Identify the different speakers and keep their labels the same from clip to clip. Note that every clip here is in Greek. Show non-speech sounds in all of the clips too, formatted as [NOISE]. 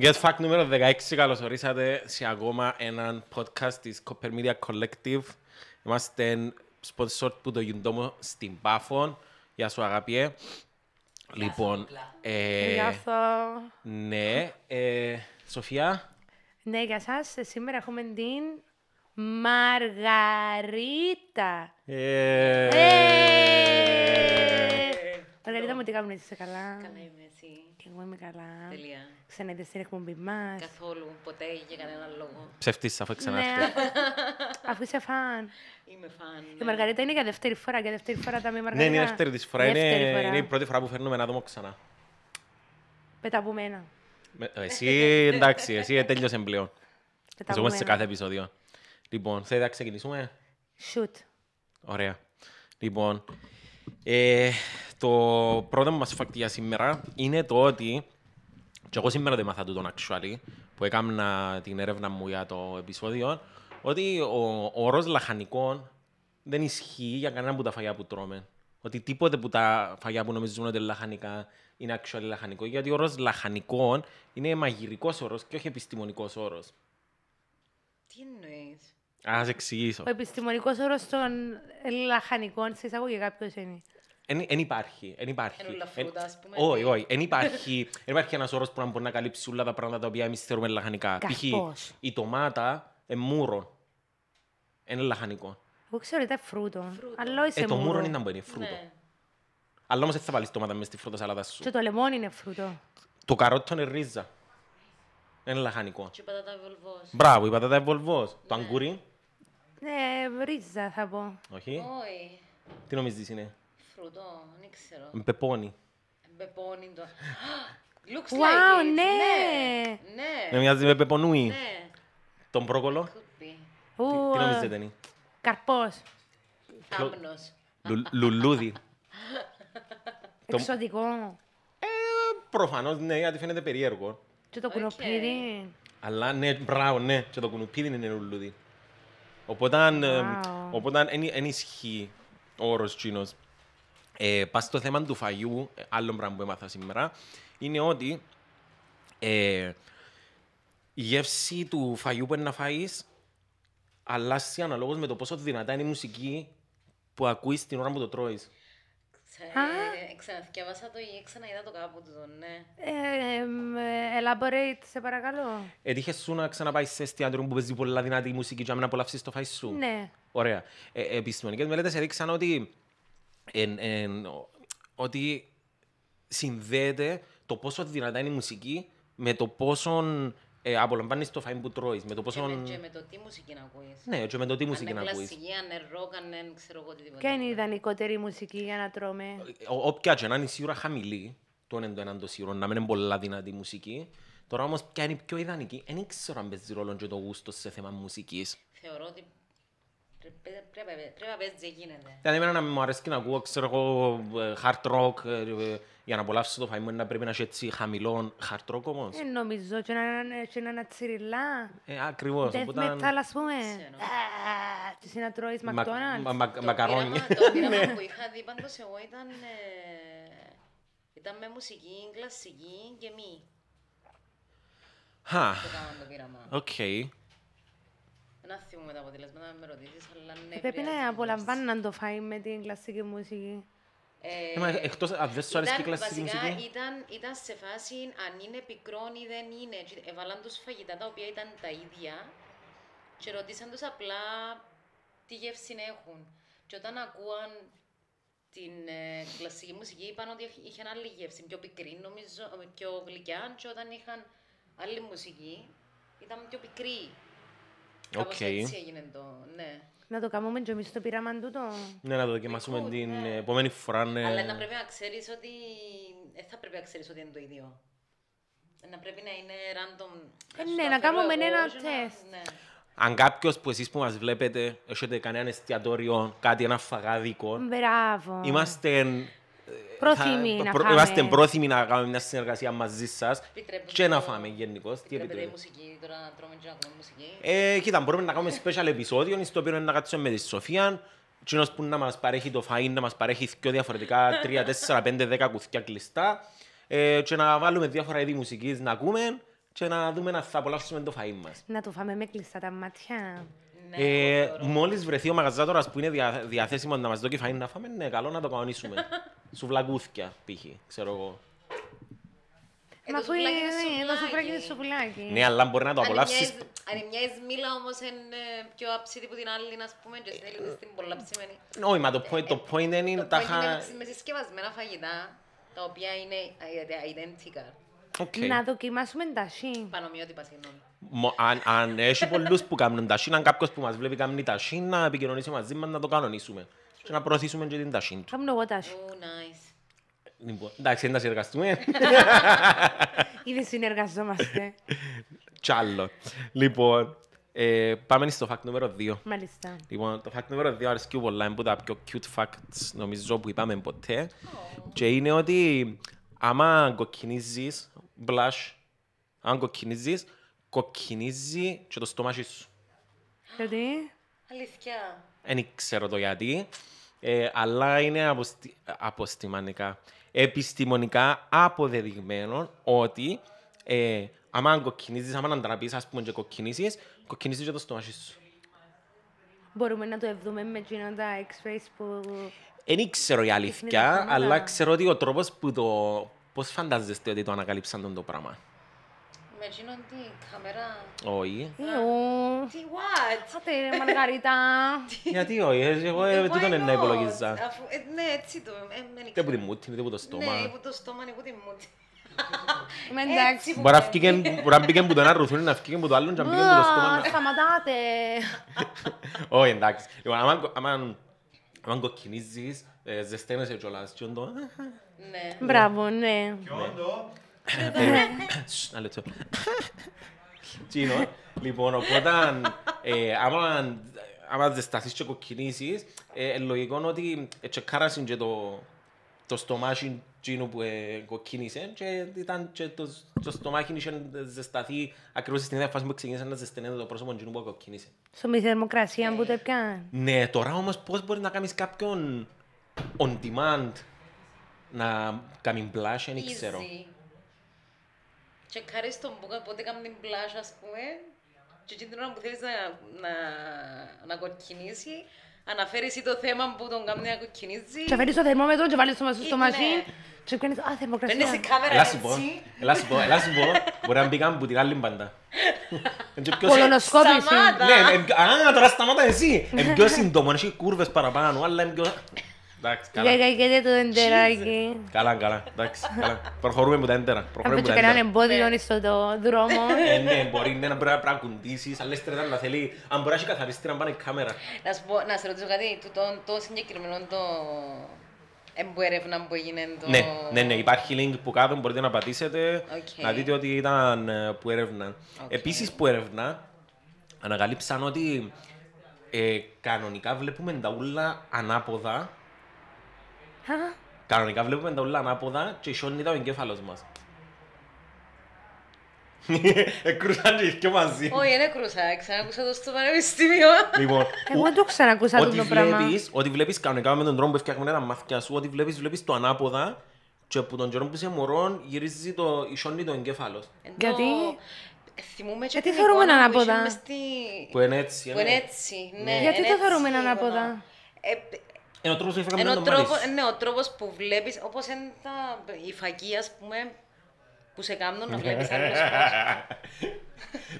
Speaker 1: Get Fact νούμερο 16, καλώς ορίσατε σε ακόμα έναν podcast της Copper Media Collective. Είμαστε sponsor που το γιουντόμο στην Πάφον. Γεια σου αγαπιέ. Λοιπόν, ε,
Speaker 2: Γεια σας.
Speaker 1: ναι, ε, Σοφία,
Speaker 2: Ναι, για σας. Σήμερα έχουμε την Μαργαρίτα.
Speaker 1: ε,
Speaker 2: Ε! Μαργαρίτα μου, τι κάνουμε, είσαι καλά.
Speaker 3: Καλά είμαι εσύ.
Speaker 2: Και εγώ είμαι καλά.
Speaker 3: Τελεία.
Speaker 2: Ξαναείτε στην εκπομπή μας.
Speaker 3: Καθόλου, ποτέ για κανένα λόγο.
Speaker 1: ψευτής αφού
Speaker 2: Ναι,
Speaker 1: ξανάρθει.
Speaker 2: [LAUGHS] αφού είσαι φαν.
Speaker 3: Είμαι φαν.
Speaker 2: Η Μαργαρίτα είναι για δεύτερη φορά, για δεύτερη φορά τα μη
Speaker 1: Ναι,
Speaker 2: Μαργαρίτα.
Speaker 1: είναι η δεύτερη της φορά. Είναι,
Speaker 2: Δεύτερη φορά.
Speaker 1: είναι η πρώτη φορά που φέρνουμε ένα άτομο ξανά.
Speaker 2: Πεταπούμενα.
Speaker 1: Με-
Speaker 2: [LAUGHS]
Speaker 1: Εσύ, εντάξει, εσύ ε, τέλειωσε πλέον. Ζούμε σε
Speaker 2: Πεταπούμενα.
Speaker 1: κάθε επεισόδιο. Λοιπόν, θέλετε να ξεκινήσουμε.
Speaker 2: Shoot.
Speaker 1: Ωραία. Λοιπόν, ε, το πρώτο μας fact για σήμερα είναι το ότι και εγώ σήμερα δεν μάθα τούτον actually, που έκανα την έρευνα μου για το επεισόδιο, ότι ο, ο όρος λαχανικών δεν ισχύει για κανένα από τα φαγιά που τρώμε. Ότι τίποτε που τα φαγιά που νομίζουν ότι είναι λαχανικά είναι actually λαχανικό, γιατί ο όρος λαχανικών είναι μαγειρικός όρος και όχι επιστημονικός όρος.
Speaker 3: Τι εννοείς.
Speaker 1: Ας εξηγήσω.
Speaker 2: Ο επιστημονικός όρος των λαχανικών σε εισαγωγικά ποιος είναι.
Speaker 1: Δεν υπάρχει. Εν υπάρχει.
Speaker 3: Εν όλα
Speaker 1: Εν-
Speaker 3: φρούτα, ας πούμε.
Speaker 1: Όχι, όχι. Εν υπάρχει, εν υπάρχει ένας όρος που να μπορεί να καλύψει όλα τα πράγματα τα οποία εμείς θεωρούμε λαχανικά. Π.χ.
Speaker 2: Καφός.
Speaker 1: η τομάτα είναι μούρο. Είναι λαχανικό.
Speaker 2: Εγώ ξέρω ότι ήταν φρούτο.
Speaker 3: Φρούτο.
Speaker 2: Αλλά
Speaker 1: Ε,
Speaker 2: είσαι
Speaker 1: το μούρο
Speaker 2: μούρο.
Speaker 1: είναι να μπορεί, είναι φρούτο.
Speaker 3: Ναι.
Speaker 1: Αλλά όμως δεν θα βάλεις τομάτα μες στη φρούτα σαλάτα σου.
Speaker 2: Και το λεμόνι είναι φρούτο.
Speaker 1: Το καρότο είναι ρίζα. Είναι λαχανικό.
Speaker 3: Και πατάτα βολβός.
Speaker 1: Μπράβο, η πατάτα είναι βολβός. Το αγκούρι,
Speaker 2: Ναι, ρίζα θα πω.
Speaker 1: όχι.
Speaker 3: Όχι.
Speaker 1: Τι νομίζεις είναι.
Speaker 3: Φρουτό, ε, δεν ξέρω.
Speaker 1: Μπεπόνι.
Speaker 3: Μπεπώνει το. Α, Looks
Speaker 2: Wow,
Speaker 3: like it.
Speaker 2: ναι.
Speaker 1: Ε,
Speaker 3: Ναι.
Speaker 1: μοιάζει με πεπονούι.
Speaker 3: Ναι.
Speaker 1: Τον πρόκολο.
Speaker 3: Could be.
Speaker 1: Τι
Speaker 2: Ου,
Speaker 1: τι
Speaker 2: ε,
Speaker 1: νομίζετε είναι.
Speaker 2: Καρπός.
Speaker 3: Άμνος.
Speaker 1: Λου- Λουλούδι. Το-
Speaker 2: Εξωτικό.
Speaker 1: Προφανώς ναι, γιατί φαίνεται περίεργο.
Speaker 2: Και το
Speaker 3: Οκ.
Speaker 2: κουνοπίδι.
Speaker 1: Αλλά ναι, μπράβο, ναι, και το κουνουπίδι είναι λουλούδι. Οπότε, εμ,
Speaker 2: Wow.
Speaker 1: οπότε εν, εν ισχύει ο όρος τσίνο. Ε, Πας στο θέμα του φαγιού, ε, άλλο πράγμα που έμαθα σήμερα, είναι ότι ε, η γεύση του φαγιού που είναι να φάεις αλλάζει αναλόγως με το πόσο δυνατά είναι η μουσική που ακούεις την ώρα που το τρώεις.
Speaker 3: Ξα- Ξαναδιάβασα το ή ξαναείδα το κάπου του, ναι.
Speaker 2: Ε, εμ, ε, Elaborate, σε παρακαλώ.
Speaker 1: Έτυχε σου να ξαναπάεις σε εστιατόριο που παίζει πολλά δυνατή μουσική για να μην απολαύσεις το φάις σου.
Speaker 2: Ναι.
Speaker 1: Ωραία. Ε, Επιστημονικέ μελέτε έδειξαν ότι, εν, εν, ο- ότι συνδέεται το πόσο δυνατά είναι η μουσική με το πόσο ε, απολαμβάνεις το φάι που τρώεις. Με το
Speaker 3: Και
Speaker 1: πόσο.
Speaker 3: με- Και με το τι μουσική να ακούεις.
Speaker 1: Ναι, και με το τι
Speaker 3: Αν
Speaker 1: μουσική
Speaker 3: είναι
Speaker 1: να ακούει.
Speaker 3: κλασική, αν είναι ροκ, αν είναι ξέρω εγώ οτιδήποτε.
Speaker 2: Ποια είναι η ιδανικότερη μουσική για να τρώμε.
Speaker 1: Όποια και να είναι σίγουρα χαμηλή, το είναι το έναν το σίγουρο, να μην είναι πολλά δυνατή η μουσική. Τώρα όμως, ποια είναι η πιο ιδανική, δεν ξέρω αν παίζει ρόλο και το γούστο σε θέμα μουσικής.
Speaker 3: Θεωρώ ότι πρέπει- πρέπει πρέπει να παίζει τι γίνεται.
Speaker 1: Δηλαδή, εμένα να μου αρέσει να ακούω, ξέρω εγώ, ε, hard rock, ε, ε, για να απολαύσω το φαϊμό είναι να πρέπει να έχει έτσι χαμηλό hard rock όμως.
Speaker 2: Ε, νομίζω και να και να- να τσιριλά.
Speaker 1: Ε, ακριβώς.
Speaker 2: Death
Speaker 1: οπότε-
Speaker 2: metal, ας πούμε.
Speaker 3: Ξέρω.
Speaker 2: Α, Τι να τρώεις
Speaker 1: Μα-
Speaker 2: McDonald's.
Speaker 1: μα- μα-
Speaker 3: Το
Speaker 1: Μακαρόνια.
Speaker 3: πείραμα- Το
Speaker 1: Ναι.
Speaker 3: πείραμα που είχα δει πάντως εγώ ήταν... ε, Ήταν με μουσική, κλασική και μη.
Speaker 1: Χα,
Speaker 3: Το κάναμε το πείραμα.
Speaker 1: οκ.
Speaker 3: Δεν θυμούμαι τα αποτελέσματα, να με ρωτήσεις, αλλά ναι.
Speaker 2: Ε, Πρέπει να
Speaker 3: επηρεάζει.
Speaker 2: απολαμβάνουν το φάει με την κλασική μουσική.
Speaker 3: Ε,
Speaker 1: Ε, μα Εκτός, αν δεν σου αρέσει και η
Speaker 3: ήταν-
Speaker 1: κλασική
Speaker 3: βασικά
Speaker 1: μουσική.
Speaker 3: Ήταν, ήταν σε φάση αν είναι πικρόν ή δεν είναι. Και Έβαλαν τους φαγητά τα οποία ήταν τα ίδια και ρωτήσαν τους απλά τι γεύση έχουν. Και όταν ακούαν την ε, κλασική μουσική είπαν ότι είχε- είχε άλλη γεύση, πιο πικρή νομίζω, ε, πιο γλυκιά και όταν είχαν άλλη μουσική ήταν πιο πικρή. Κάπως
Speaker 1: Οκ.
Speaker 3: έτσι έγινε το, ναι.
Speaker 2: Να το κάνουμε και εμείς το πείραμα τούτο.
Speaker 1: Ναι, να το δοκιμάσουμε
Speaker 3: Good,
Speaker 1: την
Speaker 3: ναι.
Speaker 1: ε, επόμενη φορά. ναι.
Speaker 3: Αλλά να πρέπει να ξέρεις ότι. Ε, θα πρέπει να ξέρεις ότι είναι το ίδιο. Να πρέπει να είναι random.
Speaker 2: Ε,
Speaker 3: Σου
Speaker 2: ναι,
Speaker 3: τα
Speaker 2: να
Speaker 3: φέρω
Speaker 2: κάνουμε
Speaker 3: εγώ
Speaker 2: ένα
Speaker 3: και να-
Speaker 2: test.
Speaker 3: Ναι.
Speaker 1: Αν κάποιος που εσείς που μας βλέπετε έχετε κανένα εστιατόριο, κάτι, ένα φαγάδικο,
Speaker 2: Μπράβο.
Speaker 1: είμαστε ε,
Speaker 2: Πρόθυμοι
Speaker 1: θα-
Speaker 2: να
Speaker 1: προ-
Speaker 2: φάμε.
Speaker 1: Είμαστε πρόθυμοι να κάνουμε μια συνεργασία μαζί σας
Speaker 3: Επιτρέπετε
Speaker 1: και να
Speaker 3: το-
Speaker 1: φάμε γενικώς.
Speaker 3: Επιτρέπεται η μουσική τώρα να τρώμε και να ακούμε μουσική.
Speaker 1: Ε, κοίτα, μπορούμε να κάνουμε special επεισόδιο στο οποίο να κάτσουμε με τη Σοφία. Κοινός που να μας παρέχει το φαΐν, να μας παρέχει πιο διαφορετικά 3, 4, 5, 10 κουθιά κλειστά ε, και να βάλουμε διάφορα είδη μουσικής να ακούμε και να δούμε να θα απολαύσουμε το φαΐν μας.
Speaker 2: Να το φάμε με κλειστά τα μάτια.
Speaker 3: Ναι,
Speaker 1: Ε,
Speaker 3: εγώ θεωρώ.
Speaker 1: μόλις βρεθεί ο μαγαζάτορας που είναι δια, διαθέσιμος να μας δώσει φαΐν να φάμε, ναι, καλό να το
Speaker 3: [LAUGHS]
Speaker 1: κανονίσουμε. Σουβλακούθκια, π.χ. ξέρω εγώ.
Speaker 3: Ε,
Speaker 2: Μα
Speaker 3: το
Speaker 2: αφού
Speaker 3: σουβλάκι είναι
Speaker 2: είναι- ναι, το σουβλάκι είναι
Speaker 3: σουβλάκι.
Speaker 2: σουβλάκι.
Speaker 1: Ναι, αλλά μπορεί να το
Speaker 3: Αν η
Speaker 1: απολαύσεις.
Speaker 3: μια εις- Αν η μια Ισμήλα όμως είναι πιο αψίτη που την άλλη, να πούμε, και στην Έλληνη στην πολλά ψημένη.
Speaker 1: Όχι, μα το point, το point δεν είναι
Speaker 3: Ε, Το
Speaker 1: τα
Speaker 3: point είναι
Speaker 1: χα...
Speaker 3: με συσκευασμένα φαγητά, τα οποία είναι ε, identical.
Speaker 1: Οκ.
Speaker 2: Να δοκιμάσουμε τα σι.
Speaker 3: Πανομοιότυπα, συγγνώμη.
Speaker 1: Μο- αν, αν έχει πολλούς που κάνουν ταχύν, αν κάποιος που μας βλέπει κάνει ταχύν, να επικοινωνήσει μαζί μας, να το κανονίσουμε. Και να προωθήσουμε και την ταχύν του.
Speaker 2: Κάμουν εγώ τα σι.
Speaker 3: Oh, nice.
Speaker 1: Λοιπόν, εντάξει, να
Speaker 3: [LAUGHS]
Speaker 1: συνεργαστούμε.
Speaker 2: Ήδη
Speaker 1: [LAUGHS]
Speaker 2: συνεργαζόμαστε.
Speaker 1: Κι άλλο. Λοιπόν, ε, πάμε στο fact νούμερο 2.
Speaker 2: Μάλιστα.
Speaker 1: Λοιπόν, το fact νούμερο 2 αρέσκει πολλά, είναι από τα πιο cute facts νομίζω που είπαμε ποτέ. Και είναι ότι άμα κοκκινίζεις, blush, αν κοκκινίζεις, κοκκινίζει και το στομάχι σου.
Speaker 2: Γιατί.
Speaker 3: Αλήθεια.
Speaker 1: Δεν ξέρω το γιατί, ε, αλλά είναι αποστη... αποστημανικά. Επιστημονικά αποδεδειγμένο ότι ε, άμα κοκκινίζεις, άμα αντραπείς, ας πούμε, και κοκκινίζεις, κοκκινίζεις και το στομάχι σου.
Speaker 2: Μπορούμε να το ευδούμε με εκείνα τα X-rays που.
Speaker 1: Δεν ξέρω η
Speaker 2: τα
Speaker 1: αλήθεια,
Speaker 2: χρώματα.
Speaker 1: αλλά ξέρω ότι ο τρόπος που το... Πώς φαντάζεστε ότι το ανακαλύψαν τον το πράγμα.
Speaker 3: Με εκείνον τι, καμερά.
Speaker 1: Όχι.
Speaker 3: Ε,
Speaker 2: Ιού.
Speaker 3: Τι, what?
Speaker 2: Άτε, ρε, Μαργαρίτα.
Speaker 1: [LAUGHS]
Speaker 3: [LAUGHS]
Speaker 1: Γιατί όχι, ε, εγώ ε,
Speaker 3: Ε,
Speaker 1: τούτον
Speaker 3: why
Speaker 1: είναι να
Speaker 3: not?
Speaker 1: υπολογίζα.
Speaker 3: Αφού- ε, Ναι, έτσι το. ε, δεν
Speaker 1: Είτε
Speaker 3: ξέρω.
Speaker 1: που τη μούτη, είτε που το
Speaker 3: Ναι, ή
Speaker 1: στόμα.
Speaker 3: που το στόμα, ή που τη μούτη.
Speaker 2: Με εντάξει.
Speaker 1: Μπορεί να φύγει- μπορεί να μπήκε που το ένα ρουθούνι, να φύγει που το άλλο και να μπήκε που το στόμα.
Speaker 2: Μπα,
Speaker 1: να-
Speaker 2: Σταματάτε.
Speaker 1: Ναι. Όχι, εντάξει. Λοιπόν, άμα- άμα- άμα κοκκινίζεις, ε, ζεσταίνεσαι κιόλας. Τι όντο, ε,
Speaker 3: Ναι.
Speaker 2: Μπράβο, ναι.
Speaker 1: σ, Ένα λεπτό. Τι είναι, Λοιπόν, οπότε, ε, άμα- άμα ζεσταθείς και κοκκινίσεις, ε, ε, λογικό ότι ε, τσεκάρασαν και το το στομάχι εκείνο που ε, κοκκίνησε και, ήταν και το, το στομάχι είχε ζεσταθεί ακριβώς στην ίδια φάση που ξεκίνησε να ζεσταίνεται το πρόσωπο εκείνου που κοκκίνησε.
Speaker 2: Στο μη θερμοκρασία
Speaker 3: Ε.
Speaker 2: που το πιάνε.
Speaker 1: Ναι, τώρα όμως πώς μπορείς να κάνεις κάποιον on demand να κάνει blush, δεν ξέρω.
Speaker 3: Easy. Τσεκάρεις τον μπουκα πότε κάνει την πλάσ, ας πούμε, και εκείνη την ώρα που θέλεις να, να, να κοκκινήσει, αναφέρεις ή το θέμα που τον κάνει να κοκκινήσει.
Speaker 2: Και φέρεις το θερμόμετρο και βάλεις το μαζί στο
Speaker 3: Ναι.
Speaker 2: μαζί. Και κάνεις, α,
Speaker 3: Παίρνεις
Speaker 2: θερμοκρασία.
Speaker 3: την κάμερα
Speaker 1: Ελά σου πω,
Speaker 3: έτσι.
Speaker 1: ελά σου πω, ελά σου πω. Μπορεί να μπήκαν που την άλλη πάντα. Εν και πιο συν-
Speaker 2: Κολονοσκόπηση.
Speaker 3: Σταμάτα.
Speaker 1: Ναι, εν πιο- α, τώρα σταμάτα εσύ. Είναι πιο σύντομο, έχει κούρβες παραπάνω, αλλά είναι πιο... Εντάξει, καλά.
Speaker 2: Γαγαγέτε το εντεράκι.
Speaker 1: Καλά, καλά, εντάξει, καλά. Προχωρούμε με τα έντερα.
Speaker 2: Αν
Speaker 1: Προχωρούμε
Speaker 2: πέτσε
Speaker 1: με τα
Speaker 2: κανέναν
Speaker 1: έντερα.
Speaker 2: εμπόδιο στο το
Speaker 1: [LAUGHS]
Speaker 2: δρόμο.
Speaker 1: Ε, ναι, μπορεί ναι, να πρέπει να- πρέπει να κουντήσεις, αλλά ύστερα να θέλει, αν μπορεί να έχει καθαριστεί να πάνε η κάμερα.
Speaker 3: Να σου πω, να σε ρωτήσω κάτι, το, το, το συγκεκριμένο το εμπορεύνα που έγινε το...
Speaker 1: Ναι, ναι, ναι, υπάρχει link που κάτω μπορείτε να πατήσετε
Speaker 3: Οκ.
Speaker 1: να δείτε ότι ήταν ε, που έρευναν.
Speaker 3: Οκ.
Speaker 1: Επίσης που έρευνα ανακαλύψαν ότι ε, κανονικά βλέπουμε τα ούλα ανάποδα
Speaker 2: Α,
Speaker 1: κανονικά βλέπουμε τα ούλα ανάποδα και σιώνει τα ο εγκέφαλος μας. [LAUGHS] Εκρούσαν και οι δυο μαζί.
Speaker 3: Όχι, δεν έκρουσα, ξανακούσα το στο πανεπιστήμιο.
Speaker 1: λοιπόν,
Speaker 2: Εγώ δεν το ξανακούσα
Speaker 1: Ό,τι
Speaker 2: αυτό το πράγμα.
Speaker 1: βλέπεις, ό,τι βλέπεις κανονικά με τον τρόπο που φτιάχνουμε τα μάθηκια σου, ό,τι βλέπεις, βλέπεις το ανάποδα και από τον καιρό που είσαι μωρόν γυρίζει το, ισώνει το εγκέφαλος.
Speaker 2: Γιατί?
Speaker 3: Ενώ, Θυμούμαι και
Speaker 2: Γιατί
Speaker 3: την
Speaker 2: θεωρούμε
Speaker 3: εικόνα
Speaker 2: έναν
Speaker 3: που είχε μες
Speaker 2: ανάποδα?
Speaker 3: στη-
Speaker 1: Που είναι έτσι. ε,
Speaker 3: Που είναι έτσι, ναι.
Speaker 2: Γιατί
Speaker 3: είναι
Speaker 2: το
Speaker 3: έτσι
Speaker 2: θεωρούμε έναν
Speaker 3: η εικόνα.
Speaker 2: ανάποδα?
Speaker 3: Ε,
Speaker 1: Ενώ ο τρόπος που έφυγα με
Speaker 3: Ενώ
Speaker 1: το
Speaker 3: τρόπο,
Speaker 1: μάτι σου.
Speaker 3: ναι, ο τρόπος που βλέπεις, όπως είναι τα, οι φακοί, ας πούμε, που σε κάνουν να βλέπεις
Speaker 1: [LAUGHS]
Speaker 3: άλλους φακούς. ναι.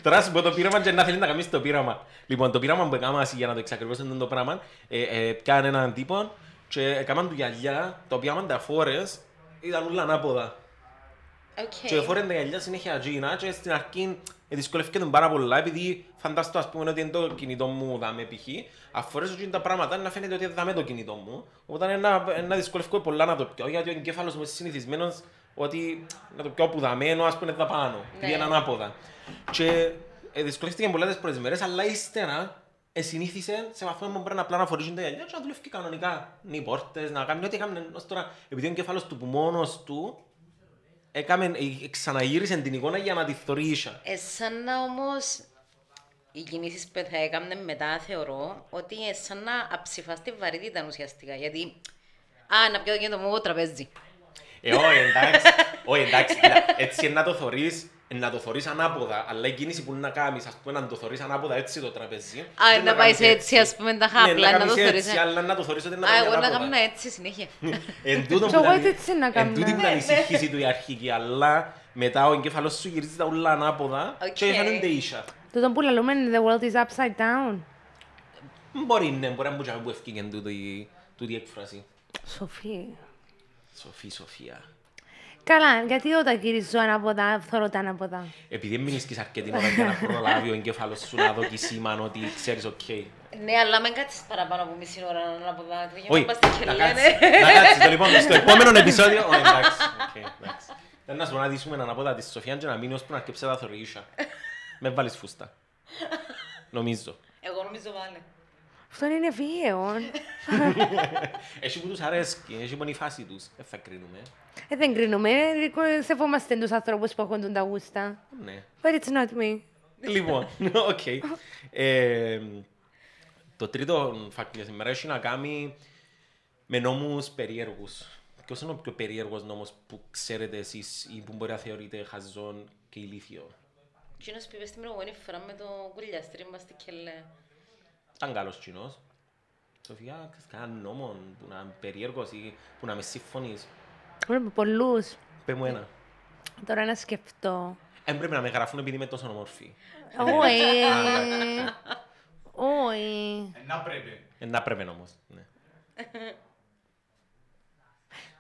Speaker 1: Τώρα σου πω το πείραμα και να θέλει να κάνεις το πείραμα. Λοιπόν, το πείραμα που έκανα εσύ για να το εξακριβώσουν το πράγμα, ε, ε, πιάνε έναν τύπο και έκαναν του γυαλιά, τα οποία αν τα φόρες, ήταν όλα ανάποδα.
Speaker 3: Οκ.
Speaker 1: Και εφόρεν τα γυαλιά συνέχεια τζίνα και στην αρχή ε, δυσκολεύτηκε τον πάρα πολλά επειδή φαντάστο ας πούμε ότι είναι το κινητό μου δάμε π.χ. Αφορέσω τζιν τα πράγματα να φαίνεται ότι δάμε το κινητό μου. Οπότε ένα, ένα δυσκολεύκο πολλά να το πιω γιατί ο εγκέφαλος μου είναι συνηθισμένος ότι να το πιω που δαμένο ας πούμε δαπάνω. Ναι. Επειδή είναι ανάποδα. Και ε, δυσκολεύτηκαν πολλά τις πρώτες μέρες αλλά ύστερα συνήθισε σε βαθμό που πρέπει απλά να φορήσουν τα γυαλιά και να δουλεύει κανονικά. Οι πόρτες, να κάνει ό,τι έκανε ως τώρα. Επειδή ο κεφάλαιο του που μόνος του έκαμε, ε, ξαναγύρισε την εικόνα για να τη θωρήσει.
Speaker 3: Εσάν να όμως. Οι κινήσεις που θα έκανε μετά θεωρώ ότι εσάν να αψηφάς τη βαρύτητα ουσιαστικά. Γιατί. Α, να πιω το κινητό μου εγώ τραπέζι.
Speaker 1: Ε, όχι, εντάξει. όχι, εντάξει. κοίτα, έτσι είναι να το θωρείς, να το θωρείς ανάποδα, αλλά η κίνηση που είναι να κάνεις, ας πούμε, να το θωρείς ανάποδα έτσι το τραπέζι.
Speaker 3: Α,
Speaker 1: δεν
Speaker 3: να πάει
Speaker 1: κάνεις
Speaker 3: έτσι, ας πούμε, τα
Speaker 1: Ναι,
Speaker 3: χάπλα, να
Speaker 1: κάνεις
Speaker 3: το θεωρείς.
Speaker 1: έτσι, αλλά να το θωρείς ότι να
Speaker 3: Α,
Speaker 1: πάει
Speaker 3: εγώ να
Speaker 1: ανάποδα.
Speaker 3: κάνω έτσι συνέχεια.
Speaker 1: Εν τούτο
Speaker 2: Κι
Speaker 1: που
Speaker 2: εγώ
Speaker 1: ήταν-
Speaker 2: έτσι να
Speaker 1: εν
Speaker 2: κάνω.
Speaker 1: τούτη που
Speaker 2: Ναι,
Speaker 1: ήταν η συγχύση του η αρχική, αλλά μετά ο εγκέφαλος σου γυρίζει τα ούλα ανάποδα
Speaker 3: Οκ.
Speaker 1: και φαίνονται ίσια.
Speaker 2: Τούτο που λαλούμε the world is upside down.
Speaker 1: Μπορεί ναι, μπορεί να μου τζάμε που ευκήκε τούτη- τούτη έκφραση.
Speaker 2: Σοφή.
Speaker 1: Σοφή, Σοφία.
Speaker 2: Καλά, γιατί όταν γυρίζω ανάποδα, θωρώ τα ανάποδα.
Speaker 1: Επειδή μην ίσκεις αρκετή ώρα για να προλάβει ο εγκέφαλος σου να δω σήμαν ότι ξέρεις οκ.
Speaker 3: Ναι, αλλά μην κάτσεις παραπάνω από μισή ώρα ανάποδα.
Speaker 1: Όχι,
Speaker 3: Όχι, να πας
Speaker 1: να
Speaker 3: στη
Speaker 1: κάτσεις,
Speaker 3: ναι.
Speaker 1: να κάτσεις. Το λοιπόν, στο επόμενο επεισόδιο... Ω, εντάξει, οκ, εντάξει. Δεν να σου πω να δείσουμε έναν απόδα της Σοφιάν και να μείνει ώσπου να αρκεψέ τα θωρίγησα. Με βάλεις φούστα. Νομίζω.
Speaker 3: Εγώ νομίζω βάλε.
Speaker 2: Αυτό είναι
Speaker 1: [LAUGHS]
Speaker 2: βίαιος.
Speaker 1: Έχει που τους αρέσκει, έχει που είναι η φάση τους. Δεν θα κρίνουμε.
Speaker 2: ε, δεν κρίνουμε. ε, Σεβόμαστε τους ανθρώπους που έχουν τα γούστα.
Speaker 1: Ναι.
Speaker 2: But it's not me.
Speaker 1: Λοιπόν, [LAUGHS] οκ. Ε, Το τρίτο fact για σήμερα έχει να κάνει με νόμους περίεργους. Ποιος είναι ο πιο περίεργος νόμος που ξέρετε εσείς ή που μπορεί να θεωρείτε χαζόν και ηλίθιο.
Speaker 3: Εκείνος που είπες στην προηγούμενη φορά με το κουλιαστρί μας στη κελέ.
Speaker 1: Ήταν καλός κοινός. Σοφία, ξέρεις κανέναν νόμο που να είναι περίεργος ή που να με συμφωνείς.
Speaker 2: Βλέπω πολλούς.
Speaker 1: Πες μου ένα.
Speaker 2: Τώρα να σκεφτώ.
Speaker 1: Εν πρέπει να με γραφούν επειδή είμαι τόσο ομορφή.
Speaker 2: Όχι.
Speaker 1: Α, εντάξει.
Speaker 2: Όχι.
Speaker 4: Ε, Να πρέπει.
Speaker 1: Ε, Να πρέπει όμως. ναι.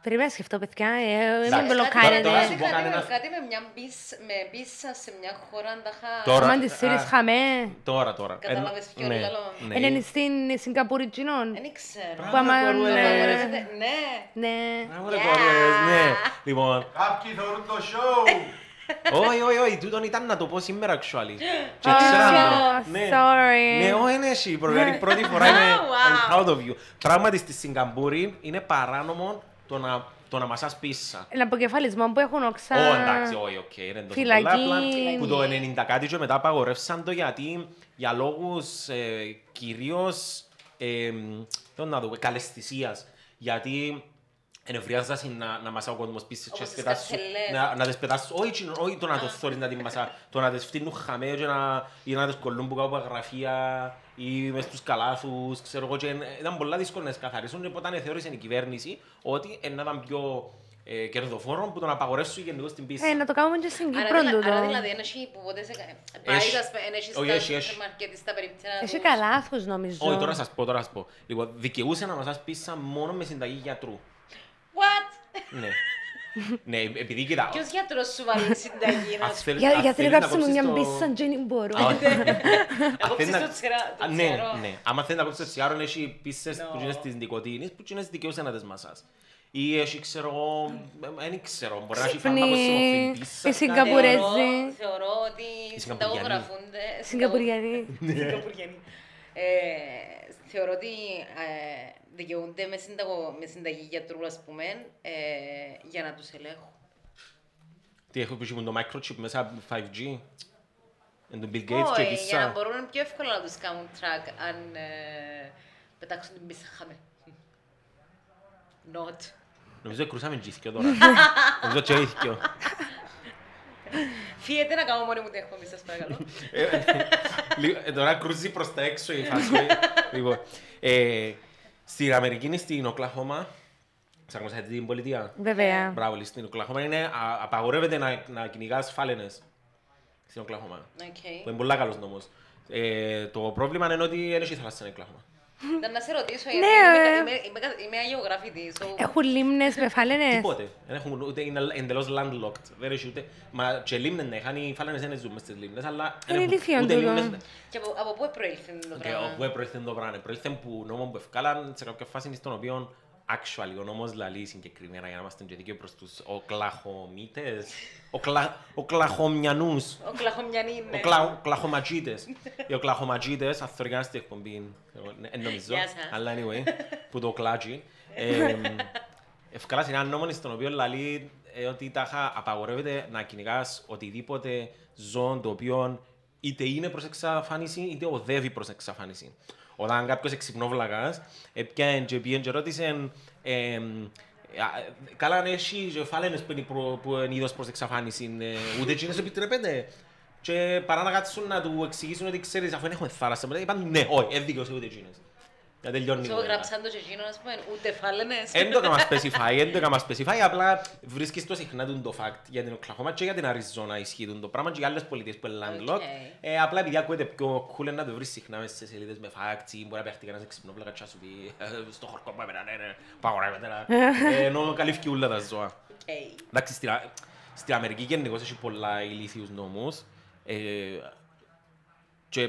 Speaker 2: Πρέπει να σκεφτώ, παιδιά. ε, Μην
Speaker 1: Εντάξει,
Speaker 2: με ναι.
Speaker 1: τώρα
Speaker 2: μπλοκάρετε.
Speaker 1: σου πω κανένα-
Speaker 3: Κάτι με μια μπίσα- με μπίσα σε μια χώρα αν τα χα...
Speaker 1: Τώρα.
Speaker 2: Άμα τις
Speaker 1: Α. ναι.
Speaker 2: σύρεις χαμέ.
Speaker 1: Τώρα, τώρα.
Speaker 3: Κατάλαβες
Speaker 1: Ε,
Speaker 3: ποιον
Speaker 1: ναι,
Speaker 3: λαλώ.
Speaker 1: ναι.
Speaker 2: Είναι στην Σιγκαπούρη Τζινών.
Speaker 3: Δεν ξέρω.
Speaker 2: Που άμα...
Speaker 1: Μπράβο, ρε.
Speaker 2: ε,
Speaker 3: Αγορεύεται- Ναι.
Speaker 2: Ναι.
Speaker 1: Μπράβο, ρε, κορές, ναι. Λοιπόν,
Speaker 4: Κάποιοι θεωρούν το σοου.
Speaker 1: όχι, όχι, όχι, τούτον ήταν να το πω σήμερα, actually. Και
Speaker 2: Oh,
Speaker 1: ξέρω το. Ναι.
Speaker 2: sorry.
Speaker 1: Ναι, όχι, είναι εσύ, η πρώτη φορά είμαι I'm
Speaker 3: Wow.
Speaker 1: proud of you. Πράγματι, στη Σιγκαμπούρη είναι παράνομο το να, το να μασάς πίσσα.
Speaker 2: Ένα αποκεφαλισμό που έχουν οξά.
Speaker 1: Ω, εντάξει, όχι, οκ, είναι τόσο
Speaker 2: Φυλακή.
Speaker 1: πολλά, απλά Που το 90 κάτι και μετά απαγορεύσαν το γιατί για λόγους ε, κυρίως ε, θέλω να το πω, καλεσθησίας. Γιατί ενευριάζεσαι να, να μασά ο κόσμος πίσω
Speaker 3: Όπως
Speaker 1: και Ναι,
Speaker 3: τις
Speaker 1: πετάς-
Speaker 3: καρτελές.
Speaker 1: να, να τις πετάς, όχι, τσιν- όχι το να το θωρείς να την μασά, το να τις φτύνουν χαμές και να, ή να τις κολλούν που κάπου από γραφεία ή μες στους καλάθους, ξέρω εγώ. Και, εν- ήταν πολλά δύσκολο να τις καθαρίσουν και όταν θεώρησε η κυβέρνηση ότι ένα ήταν πιο ε, κερδοφόρο που τον απαγορεύσουν γενικώς στην πίστη.
Speaker 2: Ε, να το κάνουμε και στην
Speaker 3: Άρα
Speaker 2: Κύπρο
Speaker 3: δηλα-
Speaker 2: τούτο.
Speaker 3: άρα δηλαδή δεν έχει που ποτέ σε κα- Πάει,
Speaker 1: Έχει.
Speaker 3: ας πούμε, δεν έχει
Speaker 1: Όχι,
Speaker 3: στα
Speaker 1: έχει, έχει.
Speaker 3: σούπερ μάρκετ, στα περιπτέρα
Speaker 2: Έχει
Speaker 3: τους.
Speaker 2: καλάθους νομίζω.
Speaker 1: Όχι, τώρα σας πω, τώρα σας πω. Λοιπόν, δικαιούσε να μας πίσα μόνο με συνταγή γιατρού.
Speaker 3: What?
Speaker 2: [LAUGHS]
Speaker 1: ναι. ναι, επειδή κοιτάω.
Speaker 3: Ποιος γιατρός σου βάλει συνταγή να
Speaker 1: Ας
Speaker 3: σου
Speaker 1: θέλεις-
Speaker 2: Για,
Speaker 1: ας
Speaker 2: γιατί
Speaker 1: θέλεις
Speaker 2: να
Speaker 1: να
Speaker 2: κάψουμε μια
Speaker 1: κόψεις το-
Speaker 2: μπίσα, Τζένι, μπορώ.
Speaker 1: Α, όχι. [LAUGHS]
Speaker 3: Εγώ
Speaker 1: θέλεις
Speaker 3: ψήσω
Speaker 1: να-
Speaker 3: τσιρά- το
Speaker 1: Α, Ναι,
Speaker 3: τσιρό.
Speaker 1: ναι. Άμα θέλεις να κόψεις το τσιάρο, έχει πίσες που
Speaker 3: No.
Speaker 1: είναι της νοικοτήνης, που είναι δικαιούσε να τις μασάς. Ή έχει, ξέρω εγώ, ε, δεν ξέρω, μπορεί να έχει
Speaker 2: Ξύπνη,
Speaker 1: φάρμακο
Speaker 2: η
Speaker 1: πίσα.
Speaker 2: Σιγκαπούρη. Καπουρέζι.
Speaker 3: Θεωρώ, θεωρώ ότι
Speaker 1: Οι
Speaker 3: συνταγογραφούνται.
Speaker 2: Σιγκαπουριανή.
Speaker 3: Σιγκαπουριανή. Ε, θεωρώ ότι ε, δικαιούνται μες, συνταγο, με συνταγή γιατρού, ας πούμε, ε, για να τους ελέγχουν.
Speaker 1: Τι έχω πει, μου το microchip μέσα 5G. Εν τον Bill Gates και
Speaker 3: Όχι, ε, για να
Speaker 1: πίσα.
Speaker 3: μπορούν πιο εύκολα να τους κάνουν track αν ε, πετάξουν την πίσα χαμέ. Not.
Speaker 1: Νομίζω κρούσαμε τζίθκιο
Speaker 3: [LAUGHS]
Speaker 1: τώρα. Νομίζω τζίθκιο.
Speaker 3: Φύγετε να κάνω μόνη μου την εκπομπή σας παρακαλώ.
Speaker 1: Ε, λίγο- ε, Τώρα κρούζει προς τα έξω η
Speaker 3: [LAUGHS]
Speaker 1: φάση. Λοιπόν, ε, στην Αμερική είναι στην Οκλαχώμα. Σας γνωρίζετε την πολιτεία.
Speaker 3: Ε,
Speaker 2: Βέβαια.
Speaker 1: Μπράβο, λέει, στην Οκλαχώμα είναι, α, απαγορεύεται να, να κυνηγάς φάλαινες. Στην Οκλαχώμα. Που
Speaker 3: [LAUGHS] Οκ.
Speaker 1: είναι πολύ καλός νόμος. Ε, το πρόβλημα είναι ότι δεν έχει θάλασσα στην Οκλαχώμα.
Speaker 3: Ήταν να σε ρωτήσω, γιατί
Speaker 2: Ναι, ε.
Speaker 3: είμαι- είμαι- είμαι κα- είμαι αγιογράφητη. so-
Speaker 2: Έχουν λίμνες με φάλαινες.
Speaker 1: Τίποτε. Δεν έχουν ούτε, είναι εντελώς landlocked. Δεν έχει ούτε... Μα και λίμνες να είχαν, οι φάλαινες δεν ζουν μες στις λίμνες, αλλά... δεν
Speaker 2: Είναι
Speaker 1: έχουν
Speaker 2: ηλίθιον
Speaker 1: ούτε
Speaker 2: τούτο.
Speaker 1: λίμνες- ναι.
Speaker 3: Και από, από πού προήλθε το
Speaker 1: Και
Speaker 3: πράγμα.
Speaker 1: ναι. όπου προήλθε το πράγμα, προήλθε που νόμο που ευκάλαν σε κάποια φάση στον οποίο actually, ο νόμος λαλεί συγκεκριμένα για να είμαστε και δίκαιοι προς τους οκλαχομίτες, οκλα, οκλαχομιανούς,
Speaker 3: Ο Κλαχομιανή είναι.
Speaker 1: οκλα, οκλαχοματζίτες. Οι οκλαχοματζίτες, αθωρικά στην εκπομπή, εγώ ναι, εν νομίζω,
Speaker 3: Γεια σας.
Speaker 1: αλλά anyway, που το
Speaker 3: [LAUGHS]
Speaker 1: κλάτζι. Ε, Ευκάλασε έναν νόμο στον οποίο λαλεί ε, ότι τάχα απαγορεύεται να κυνηγάς οτιδήποτε ζώο το οποίο είτε είναι προς εξαφάνιση είτε οδεύει προς εξαφάνιση. Όταν κάποιος εξυπνόβλαγας έπιανε και πήγαινε και ρώτησε εμ, ε, α, καλά ναι εσύ και φάλαινες που είναι, προ- που είναι είδος προς εξαφάνιση ε, ούτε εκείνες επιτρέπεται. Και παρά να κάτσουν να του εξηγήσουν ότι ξέρεις αφού δεν έχουμε θάλασσα μετά είπαν ναι όχι έδικος ούτε εκείνες. Να τελειώνει. η κουβέντα.
Speaker 3: Ζωγράψαν το και εκείνο, ας πούμε, ούτε φάλαινες.
Speaker 1: Εν το έκανα specify, εν το έκανα specify, απλά βρίσκεις το συχνά τον το fact για την Οκλαχώμα και για την Αριζόνα ισχύει τον το πράγμα και για άλλες πολιτείες που είναι landlocked.
Speaker 3: Οκ.
Speaker 1: Ε, απλά επειδή ακούγεται πιο cool να το βρεις συχνά μέσα σε σελίδες με facts ή μπορεί να παιχτεί κανένας ξυπνόπλακα και να σου πει «Ε, στο χορκό μου έπαινα, ναι, ναι, παγορεύεται να». Ε, Ενώ καλύφθηκε όλα τα ζώα.
Speaker 3: Οκ.
Speaker 1: Εντάξει, στην, Α- στην Αμερική γενικώς έχει πολλά ηλίθιους νόμους. Ε, και,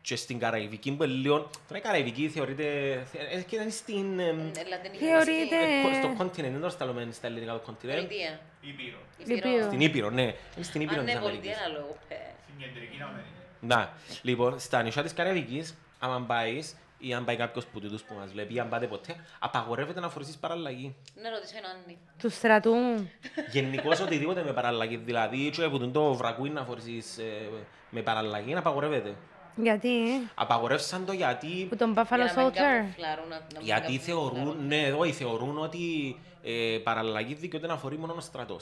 Speaker 1: και στην Καραϊβική που είναι λίγο... Τώρα η Καραϊβική θεωρείται... θε- ε, και είναι στην... εμ,
Speaker 3: Ε, Λατινική
Speaker 2: Θεωρείται-
Speaker 3: Αμερική.
Speaker 1: ε,
Speaker 2: Ε.
Speaker 1: στο continent, δεν το σταλωμένο στα ελληνικά του continent.
Speaker 3: Πολιτεία.
Speaker 4: Ήπειρο.
Speaker 2: Λυπείο.
Speaker 1: Ε, Στην Ήπειρο, ναι. Είναι στην Ήπειρο
Speaker 3: Αν
Speaker 1: της
Speaker 3: είναι
Speaker 1: Αμερικής.
Speaker 3: πολιτεία, να λέω. ε,
Speaker 4: Στην κεντρική Αμερική.
Speaker 1: Να, λοιπόν, στα νησιά της Καραϊβικής, άμα πάεις ή αν πάει κάποιος που τούτους που μας βλέπει ή αν πάτε ποτέ, απαγορεύεται να φορήσεις παραλλαγή.
Speaker 3: Να ρωτήσω έναν Άννη.
Speaker 2: Του στρατού.
Speaker 1: Γενικώς οτιδήποτε με παραλλαγή, δηλαδή και που το βρακούι να φορήσεις ε, με παραλλαγή, απαγορεύεται.
Speaker 2: Γιατί.
Speaker 1: Απαγορεύσαν το γιατί
Speaker 2: Που τον Buffalo
Speaker 3: Για να μην
Speaker 2: Soldier.
Speaker 3: καμουφλάρουν, να- να μην
Speaker 1: Γιατί
Speaker 3: καμουφλάρουν.
Speaker 1: θεωρούν, ναι, όχι, θεωρούν ότι ε, παραλλαγή δικαιούται να φορεί μόνο ο στρατό.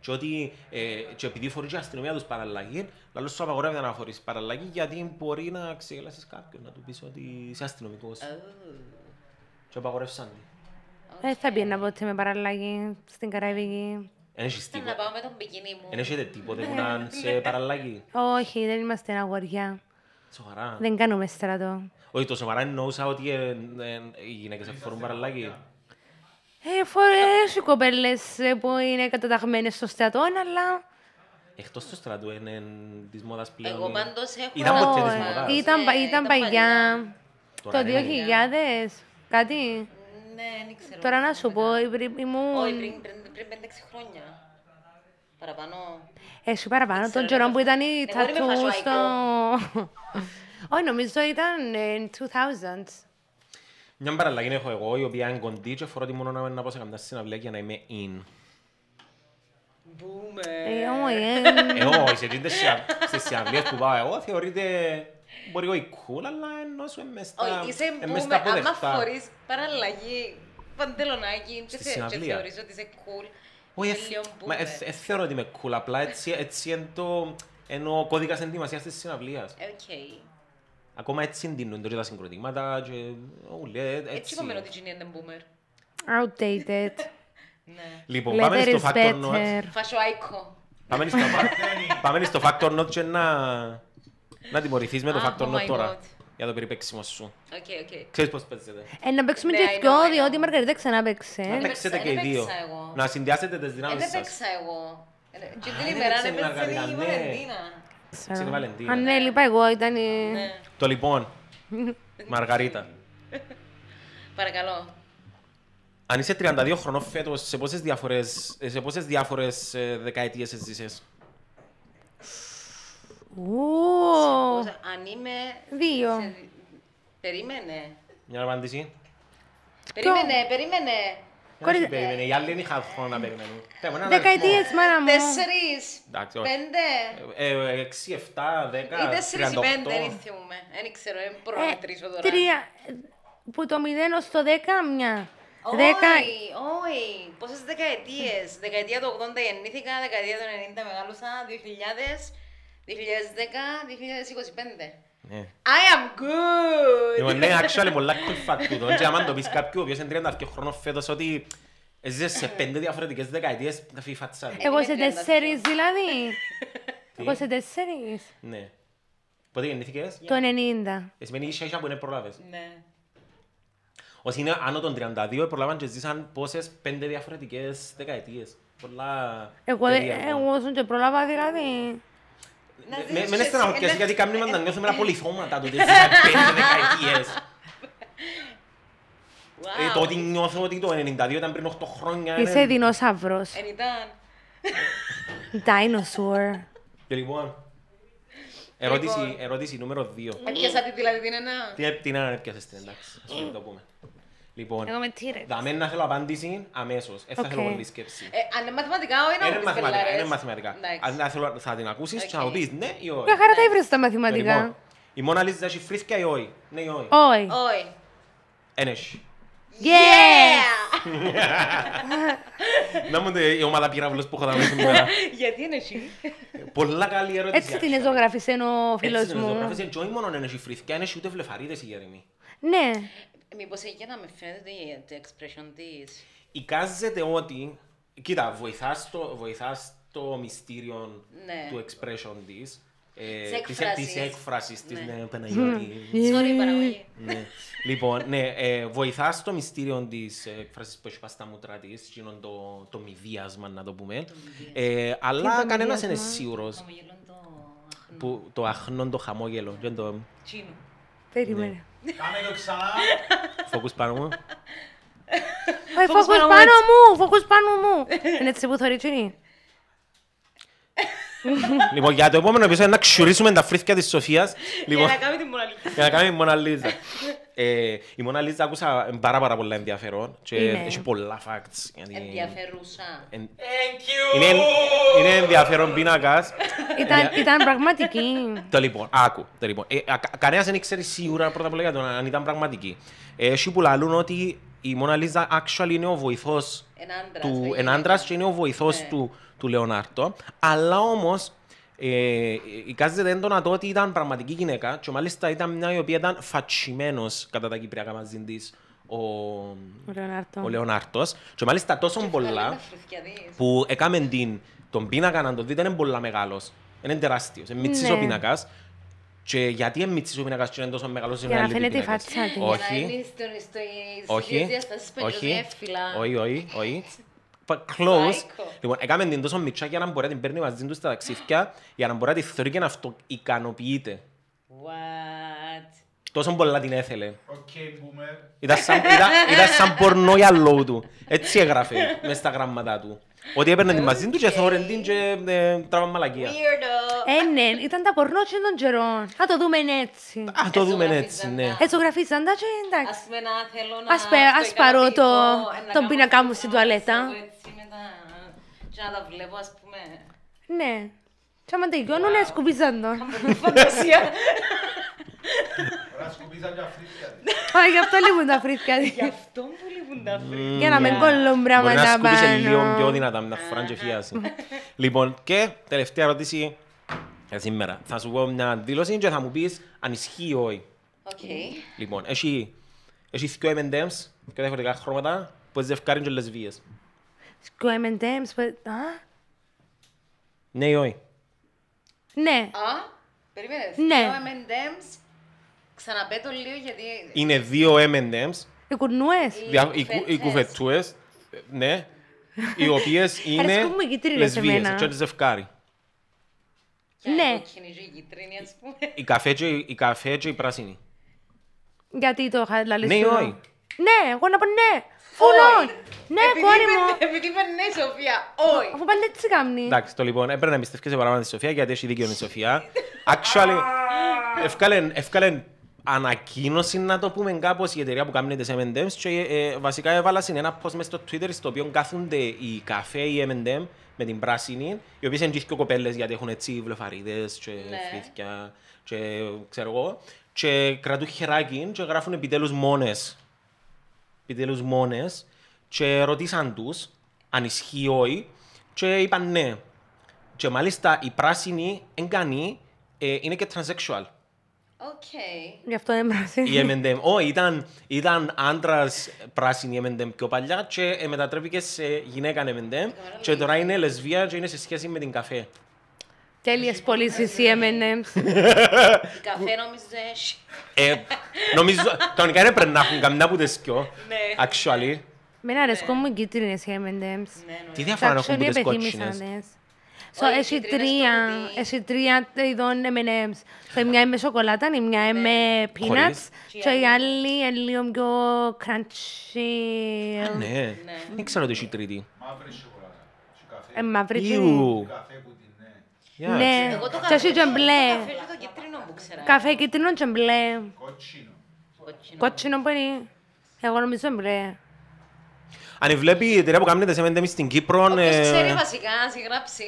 Speaker 1: Και, ότι, ε, και επειδή φορείς και η αστυνομία τους παραλλαγή, λαλός σου απαγορεύεται να φορείς παραλλαγή γιατί μπορεί να ξεγελάσεις κάποιον, να του πεις ότι είσαι αστυνομικός.
Speaker 3: Ε,
Speaker 1: Και απαγορεύσαν. τη.
Speaker 2: Δεν Ε, θα πήγαινα ποτέ με παραλλαγή στην Καραϊβική.
Speaker 1: Εν έχεις
Speaker 3: Ήταν να Ναι,
Speaker 1: τίποτε.
Speaker 3: πάω με τον μπικίνι μου.
Speaker 1: Εν έχετε τίποτε που να είναι σε παραλλαγή.
Speaker 2: Όχι, δεν είμαστε αγοριά.
Speaker 1: Σοβαρά.
Speaker 2: Δεν κάνουμε στρατό.
Speaker 1: Όχι, το σοβαρά εννοούσα ότι ε, ε, οι γυναίκες φορούν παραλλαγή.
Speaker 2: Ε, φορές οι κοπέλες ε, που είναι καταταγμένες στο στρατό, αλλά...
Speaker 1: Εκτός του στρατού είναι της μόδας πλέον.
Speaker 3: Εγώ πάντως έχω...
Speaker 1: Ήταν ποτέ της
Speaker 2: ε,
Speaker 1: μοδάς.
Speaker 2: ήταν, πα-
Speaker 3: Ναι,
Speaker 2: ήταν παλιά.
Speaker 1: Τώρα
Speaker 2: Το
Speaker 1: δεν είναι.
Speaker 2: 2000, κάτι.
Speaker 3: Ναι, δεν ξέρω.
Speaker 2: Τώρα να σου πω, υπήρ-
Speaker 3: Όχι,
Speaker 2: ήμουν...
Speaker 3: πριν- πριν- πριν 5-6 χρόνια. Παραπάνω.
Speaker 2: Εσύ ε, παραπάνω
Speaker 3: ξέρω,
Speaker 2: τον καιρό που ήταν η
Speaker 3: εγώ είμαι
Speaker 2: τατού στο...
Speaker 3: φασουαϊκό.
Speaker 2: Όχι, νομίζω ήταν ε, 2000.
Speaker 1: Μια παραλλαγή έχω εγώ, η οποία είναι κοντή και φορώ τη μόνο να, να πάω σε καμιά συναυλία για να είμαι in.
Speaker 3: Μπούμε.
Speaker 2: Ε, όχι, ε,
Speaker 1: ε, όχι, σε εκείνες συναυλίες- στις συναυλίες που πάω εγώ θεωρείται μπορεί όχι cool, αλλά ενώ σου εμείς τα,
Speaker 3: Όχι, είσαι
Speaker 1: εν μες
Speaker 3: μπούμε.
Speaker 1: τα
Speaker 3: Άμα
Speaker 1: αποδεκτά.
Speaker 3: φορείς παραλλαγή, παντελονάκι,
Speaker 1: Στη
Speaker 3: και θε- και
Speaker 1: συναυλία.
Speaker 3: θεωρείς ότι είσαι cool.
Speaker 1: Όχι,
Speaker 3: είσαι λίγο
Speaker 1: εθ- μα,
Speaker 3: boomer.
Speaker 1: εθ- εθ- θεωρώ ότι είμαι cool, απλά έτσι, έτσι είναι το... Ενώ ο κώδικας ενδυμασίας της συναυλίας.
Speaker 3: Ε, Οκ.
Speaker 1: Ακόμα έτσι εντείνουν τώρα τα συγκροτήματα και όλοι ε,
Speaker 3: Έτσι
Speaker 1: έτσι.
Speaker 3: είπαμε ότι η Ginny είναι boomer.
Speaker 2: outdated.
Speaker 3: Ναι.
Speaker 1: Λοιπόν, πάμε
Speaker 2: Leather
Speaker 1: στο
Speaker 2: is
Speaker 1: Factor Notes.
Speaker 2: better.
Speaker 3: Φασοάικο.
Speaker 1: Πάμε στο, πάμε στο Factor Notes και να, να τιμωρηθείς με το
Speaker 3: Α,
Speaker 1: Factor
Speaker 3: oh my
Speaker 1: Note τώρα.
Speaker 3: God.
Speaker 1: Για το περιπέξιμο σου.
Speaker 3: Οκ, οκ.
Speaker 1: Ξέρεις πώς παίζεται.
Speaker 2: Ε, να παίξουμε
Speaker 3: Ναι,
Speaker 2: και
Speaker 3: I know, I
Speaker 2: δυο,
Speaker 3: know.
Speaker 2: διότι η Μαργαρίτα ξανά
Speaker 1: Να
Speaker 2: παίξε.
Speaker 3: παίξα-
Speaker 1: παίξετε και οι
Speaker 3: δεν
Speaker 1: δύο.
Speaker 3: παίξα εγώ.
Speaker 1: Να συνδυάσετε τις
Speaker 3: Ε,
Speaker 1: δυνάμεις
Speaker 3: Δεν
Speaker 1: σας.
Speaker 3: παίξα εγώ. Ε, Και την
Speaker 1: δεν
Speaker 3: ημέρα
Speaker 1: έπαιξε
Speaker 3: δεν
Speaker 1: η
Speaker 3: παίξε η
Speaker 1: Μαργαρίτα, ναι.
Speaker 3: Βαλεντίνα.
Speaker 1: Ξέρω, η Βαλεντίνα.
Speaker 2: Αν ναι, λείπα εγώ, ήταν η...
Speaker 3: Ναι.
Speaker 1: Το
Speaker 3: [LAUGHS]
Speaker 1: λοιπόν, Μαργαρίτα,
Speaker 3: Παρακαλώ.
Speaker 1: αν είσαι 32 χρονών φέτος, σε πόσες διάφορες, σε πόσες διάφορες ε, δεκαετίες ζήσες.
Speaker 2: Ου,
Speaker 3: Πώς- Αν είμαι...
Speaker 2: Δύο.
Speaker 3: σε- Περίμενε.
Speaker 1: Μια απάντηση.
Speaker 3: Περίμενε, περίμενε.
Speaker 2: Κορίτσι-
Speaker 1: Κορίτσι. Περίμενε, οι άλλοι δεν είχαν χρόνο να περιμένουν. Πέμε έναν
Speaker 2: ε, Δεκαετίες, μάνα μου.
Speaker 3: Τέσσερις.
Speaker 1: Εντάξει, όχι. Ε,
Speaker 3: Πέντε.
Speaker 1: αριθμό. Ε, ε, 6, 7, 10,
Speaker 3: Ή τέσσερις ή πέντε, δεν
Speaker 1: 38.
Speaker 3: θυμούμαι. Δεν ξέρω, δεν μπορώ
Speaker 2: Ε,
Speaker 3: να μετρήσω τώρα.
Speaker 2: Τρία. Που το μηδέν ως το δέκα, μια.
Speaker 3: Όχι,
Speaker 2: Δέκα.
Speaker 3: ε, όχι. Πόσες δεκαετίες. Δεκαετία του 80 γεννήθηκα, δεκαετία του 90 μεγάλωσα, 2000, 2010, 2025.
Speaker 1: Ναι.
Speaker 3: I am good.
Speaker 1: Λοιπόν, ναι, actually, πολλά κολφά τούτο. Και άμα το πεις κάποιου, ο οποίος είναι 32 χρονών φέτος, ότι έζησε σε πέντε διαφορετικές δεκαετίες, θα φύγει η φατσά του.
Speaker 2: Εγώ σε
Speaker 3: τριάντα
Speaker 2: τέσσερις δηλαδή. Εγώ σε τέσσερις.
Speaker 1: Ναι. Πότε γεννήθηκες.
Speaker 2: Το 90.
Speaker 1: Ε, Σημαίνει ίσια ίσια που είναι προλάβες.
Speaker 3: Ναι.
Speaker 1: Όσοι είναι άνω των 32 προλάβαν και ζήσαν πόσες πέντε διαφορετικές δεκαετίες. Πολλά
Speaker 2: Εγώ, ε,
Speaker 1: περίεργα.
Speaker 2: εγώ όσο και πρόλαβα δηλαδή.
Speaker 3: Να
Speaker 1: Με-
Speaker 3: ζήσεις
Speaker 1: Με με
Speaker 3: εσύ,
Speaker 1: στεναχωριάζει
Speaker 3: ένα-
Speaker 1: γιατί κάποιοι μας τα νιώθουμε απολυθώματα το ότι ζήσαν πέντε δεκαετίες.
Speaker 3: Wow.
Speaker 1: Ε, το ότι νιώθω ότι το 92 ήταν πριν 8 χρόνια.
Speaker 2: Είσαι
Speaker 1: είναι-
Speaker 2: δεινόσαυρο.
Speaker 3: Εν ήταν.
Speaker 2: Dinosaur.
Speaker 1: Και λοιπόν. Ερώτηση,
Speaker 3: Λοιπόν.
Speaker 1: ερώτηση νούμερο 2.
Speaker 3: Έπιασα τη δηλαδή την ένα.
Speaker 1: Τι την να έπιασες την εντάξει. Ας μην το πούμε. Λοιπόν,
Speaker 2: Εγώ με τύρε.
Speaker 1: δαμέ να θέλω απάντηση αμέσως. Δεν θα
Speaker 2: Οκ.
Speaker 1: θέλω πολύ σκέψη.
Speaker 3: Ε, αν είναι μαθηματικά, όχι να
Speaker 1: Είναι
Speaker 3: μου πεις
Speaker 1: μαθηματικά,
Speaker 3: κελάρες.
Speaker 1: είναι μαθηματικά.
Speaker 3: Εντάξει.
Speaker 1: Αν να θέλω, θα την ακούσεις και θα
Speaker 3: Οκ.
Speaker 1: μου πεις ναι ή όχι.
Speaker 2: Μια χαρά τα
Speaker 3: Ναι.
Speaker 2: έβρεσαι τα
Speaker 1: Λοιπόν,
Speaker 2: μαθηματικά. ε.
Speaker 1: Η Μόνα Λίζα έχει φρίσκια ή όχι. Ναι ή όχι.
Speaker 2: Όχι.
Speaker 3: Όχι.
Speaker 1: Εν έχει.
Speaker 2: Yes!
Speaker 3: Yeah!
Speaker 1: Να μου η ομάδα πυραυλός που έχω δαμέ
Speaker 2: [LAUGHS]
Speaker 1: σήμερα.
Speaker 3: [LAUGHS] Γιατί είναι εσύ.
Speaker 1: Πολλά καλή ερώτηση.
Speaker 2: Έτσι την
Speaker 1: actually.
Speaker 2: εζωγράφησε ο φίλος
Speaker 1: Έτσι την
Speaker 2: μου.
Speaker 1: ζωγράφησε, και όχι μόνο εν έχει φρίσκια, εν έχει ούτε βλεφαρίδες η Γερμή.
Speaker 2: Ναι.
Speaker 3: Μήπως έχει για να με φαίνεται το expression της.
Speaker 1: εικάζεται ότι. Κοίτα, βοηθάς το, βοηθάς το μυστήριο
Speaker 3: Ναι.
Speaker 1: του expression της, ε,
Speaker 3: Της
Speaker 1: της-
Speaker 3: έκφρασης.
Speaker 1: της έκφρασης της,
Speaker 3: Ναι.
Speaker 1: ναι, Παναγιώτη.
Speaker 3: Sorry, παραγωγή.
Speaker 1: ναι. λοιπόν, ναι, ε, βοηθάς το μυστήριο της ε, έκφρασης που έχει πάει στα μούτρα της, εκείνον το, το μηδίασμα να το πούμε, ε,
Speaker 2: είναι
Speaker 1: αλλά
Speaker 2: το
Speaker 1: κανένας είναι
Speaker 2: μηδίασμα?
Speaker 1: σίγουρος
Speaker 3: Χαμογελών το αχνό.
Speaker 1: που το αχνόν το χαμόγελο, και το
Speaker 3: Τσίνο.
Speaker 1: Ναι.
Speaker 2: Περίμενε.
Speaker 4: Κάνε το ξανά.
Speaker 1: φόκους πάνω μου.
Speaker 2: Ωι,
Speaker 3: Focus
Speaker 2: ε, Φόκους
Speaker 3: πάνω μου,
Speaker 2: πάνω
Speaker 3: έτσι.
Speaker 2: μου! Φόκους πάνω μου! Είναι έτσι που θωρεί τσινή.
Speaker 1: λοιπόν, για το επόμενο επεισόδιο να ξουρίσουμε τα φρίσκια της Σοφίας.
Speaker 3: Για
Speaker 1: Λοιπόν,
Speaker 3: να κάνει την μοναλική.
Speaker 1: Για να κάνει η Μόνα Λίζα. Ε, η Μόνα Λίζα άκουσα ε, πάρα πάρα πολλά ενδιαφέρον και
Speaker 2: Είναι.
Speaker 1: έχει πολλά facts. γιατί-
Speaker 3: Ε, Ενδιαφερούσα.
Speaker 1: εν-
Speaker 4: Thank you.
Speaker 1: Είναι, είναι ενδιαφέρον πίνακας.
Speaker 2: Ήταν,
Speaker 1: Ενδια-
Speaker 2: ήταν πραγματική.
Speaker 1: Το λοιπόν, άκου. Το λοιπόν. Ε, α- κα- κανένας δεν ξέρει σίγουρα πρώτα απ' όλα για τον αν ήταν πραγματική. Ε, Έχει που λαλούν ότι η Μόνα Λίζα actually είναι ο βοηθός
Speaker 3: Εν άντρας.
Speaker 1: του
Speaker 3: όχι
Speaker 1: εν άντρας και είναι ο βοηθός
Speaker 3: Ναι.
Speaker 1: του, του Λεωνάρτο. Αλλά όμως ε, εικάζεται έντονα το ότι ήταν πραγματική γυναίκα και μάλιστα ήταν μια η οποία ήταν φατσιμένος κατά τα κυπριακά μαζί της ο,
Speaker 2: Ο Λεωνάρτο.
Speaker 1: ο Λεωνάρτος και μάλιστα τόσο
Speaker 3: Και βγάλε τα
Speaker 1: πολλά
Speaker 3: φρουθιά της.
Speaker 1: που έκαμε την, τον πίνακα να τον δείτε είναι πολλά μεγάλος. Είναι τεράστιος, είναι μητσής
Speaker 2: Ναι.
Speaker 1: ο πίνακας. Και γιατί είναι μητσής ο πίνακας και είναι τόσο μεγάλος
Speaker 2: Για να
Speaker 1: είναι άλλη
Speaker 2: φαίνεται η
Speaker 1: πίνακας.
Speaker 2: φάτσα του.
Speaker 3: Για να
Speaker 1: Όχι.
Speaker 3: είναι στο- στο- στις
Speaker 1: Όχι,
Speaker 3: διαστάσεις
Speaker 1: όχι,
Speaker 3: πεντοδέφυλα.
Speaker 1: όχι, όχι, όχι.
Speaker 3: [LAUGHS]
Speaker 1: But close.
Speaker 3: Psycho.
Speaker 1: Λοιπόν, έκαμε την τόσο μητσά για να μπορεί να την παίρνει μαζί τους στα ταξίδια, για να μπορεί να τη θεωρεί και να αυτοικανοποιείται.
Speaker 3: What?
Speaker 1: Τόσο πολλά την έθελε.
Speaker 4: Οκ, boomer.
Speaker 1: Ήταν σαν, ήταν, ήταν σαν πορνό για λόγου του. Έτσι έγραφε μες στα γράμματα του. Ότι έπαιρνε
Speaker 3: Ε,
Speaker 1: την μαζί του και θεώρε την και ε, τράβαν μαλακία.
Speaker 3: Weirdo.
Speaker 2: Ε, ναι, ήταν τα πορνό και των καιρών. Θα το δούμε έτσι.
Speaker 1: Α, το δούμε
Speaker 3: Εσωγραφίζαν
Speaker 1: έτσι, ναι.
Speaker 3: τα.
Speaker 2: Έτσι γραφίζαν τα και εντάξει.
Speaker 3: Ας πούμε να θέλω να...
Speaker 2: Ε, Ας πε- ας πάρω
Speaker 3: αυτοικανοποιηθώ,
Speaker 2: το-
Speaker 3: ε, να
Speaker 2: τον
Speaker 3: κάνω
Speaker 2: πίνακα μου
Speaker 3: αυτό,
Speaker 2: στην
Speaker 3: να
Speaker 2: τουαλέτα.
Speaker 3: πιστεύω έτσι μετά, Και να τα βλέπω ας πούμε.
Speaker 2: Ναι. Και άμα τελειώνουνε, σκουπίζαν τον. [LAUGHS]
Speaker 3: Φαντασία.
Speaker 4: Ωραία, σκουπίζα μια
Speaker 2: [LAUGHS]
Speaker 4: φρύδια.
Speaker 2: Α, γι' αυτό λείπουν τα φρύθια.
Speaker 3: Γι' αυτό που λείπουν τα φρύδια.
Speaker 2: Για να μην κολλούν
Speaker 1: ναι. Μπορεί να
Speaker 2: πράγματα
Speaker 1: σκούπισε λίγο πιο
Speaker 2: πάνω.
Speaker 1: δυνατά, να φοράνε και
Speaker 2: [LAUGHS]
Speaker 1: φιάσει. λοιπόν, και τελευταία ερώτηση για σήμερα. Θα σου πω μια δήλωση και θα μου πεις αν ισχύει ή όχι.
Speaker 3: Οκ.
Speaker 1: Λοιπόν, έχει, έχει δυο M&M's, δυο διαφορετικά χρώματα, που είναι ζευκάρι και λεσβίες.
Speaker 2: Σκο M&M's, που- α,
Speaker 1: Ναι ή όχι.
Speaker 2: Ναι.
Speaker 3: Α, περίμενε.
Speaker 2: Ναι.
Speaker 3: Θέλω M&M's. Ξαναπέ το λίγο γιατί...
Speaker 1: Είναι δύο M&M's,
Speaker 2: Οι κουρνούες.
Speaker 3: Οι
Speaker 1: δια- οι κου- οι
Speaker 3: κουβετές.
Speaker 1: κουβετούες, ε, ναι, οι οποίες είναι
Speaker 2: Αρέσκουν μου οι κίτρινες εμένα.
Speaker 1: λεσβίες, και ζευκάρι.
Speaker 3: Ποια
Speaker 2: Ναι.
Speaker 3: είναι η κοκκινή, η κίτρινη ας πούμε.
Speaker 1: Η καφέ και η- η καφέ και η πράσινη.
Speaker 2: Γιατί το είχα λαλήσει.
Speaker 1: Ναι ή
Speaker 2: εγώ.
Speaker 1: όχι.
Speaker 2: Ναι, εγώ να πω ναι. Φουλ
Speaker 3: Όχι.
Speaker 2: on. Ναι,
Speaker 3: Επειδή
Speaker 2: κόρη
Speaker 3: είπε-
Speaker 2: μου.
Speaker 3: Επειδή είπα ναι, Σοφία. Όχι.
Speaker 2: Αφού πάλι έτσι κάνει.
Speaker 1: Εντάξει, το λοιπόν, έπρεπε να εμπιστευκέσαι παραπάνω τη Σοφία, γιατί έχει δίκιο η Σοφία. Actually, ευκάλεν, ευκάλεν ανακοίνωση να το πούμε κάπως η εταιρεία που κάνει τις M&M's και ε, ε, βασικά έβαλα συν ένα post μες στο Twitter στο οποίο κάθονται οι καφέ, οι M&M με την πράσινη, οι οποίες είναι και δυο κοπέλες γιατί έχουν έτσι βλεφαρίδες και
Speaker 3: Ναι.
Speaker 1: φρύθια και ε, ξέρω εγώ και κρατούν χεράκι και γράφουν επιτέλους μόνες επιτέλους μόνες και ρωτήσαν τους αν ισχύει ή όχι και είπαν ναι. Και μάλιστα η πράσινη εγκανή ε, είναι και transsexual.
Speaker 3: Οκ.
Speaker 2: Γι' αυτό είναι
Speaker 1: Η
Speaker 2: πράσινη.
Speaker 1: M&M, όχι, ήταν, ήταν άντρας πράσινη M&M πιο παλιά και ε, μετατρέπηκε σε γυναίκα M&M και τώρα είναι λεσβία και είναι σε σχέση με την καφέ.
Speaker 2: Τέλειες πωλήσεις οι M&M's.
Speaker 3: Καφέ νόμιζε. έχει.
Speaker 1: Ε, νομίζω, κανονικά δεν πρέπει να έχουν καμιά από τις δυο,
Speaker 3: Ναι.
Speaker 1: actually.
Speaker 2: Μην αρέσκουν μου οι κίτρινες οι M&M's.
Speaker 3: Ναι, ναι.
Speaker 1: Τι διαφορά
Speaker 2: Τα
Speaker 1: έχουν
Speaker 2: actually
Speaker 1: από τις
Speaker 2: επεθύμησα,
Speaker 1: κότσινες.
Speaker 2: ναι. So,
Speaker 3: Όχι,
Speaker 2: έχει
Speaker 3: οι τρίτες
Speaker 2: τρία,
Speaker 3: το παιδί.
Speaker 2: έχει τρία ειδών M&M's. So, η μια είναι με σοκολάτα, η μια είναι με
Speaker 1: Χωρίς.
Speaker 2: peanuts και η άλλη είναι λίγο πιο crunchy.
Speaker 1: Ναι.
Speaker 3: Ναι.
Speaker 1: Δεν ξέρω ότι έχει τρίτη.
Speaker 4: Μαύρη σοκολάτα. Σου καφέ.
Speaker 2: Ε, Μαύρη τσίνη.
Speaker 1: Ιου.
Speaker 4: Καφέ που την ναι.
Speaker 1: Yeah.
Speaker 2: Ναι,
Speaker 3: Εγώ το
Speaker 2: και έχει
Speaker 3: καφέ,
Speaker 2: και
Speaker 3: το καφέ
Speaker 2: μπλε.
Speaker 3: είναι το κίτρινο που ξέρα.
Speaker 2: Καφέ κίτρινο και μπλε.
Speaker 4: Κότσινο.
Speaker 3: Κόκκινο.
Speaker 2: Κότσινο που είναι. Εγώ νομίζω μπλε.
Speaker 1: Αν βλέπει η εταιρεία που κάνετε σε μέντεμι στην Κύπρο...
Speaker 3: Όποιος
Speaker 1: ε,
Speaker 3: ξέρει βασικά, να συγγράψει.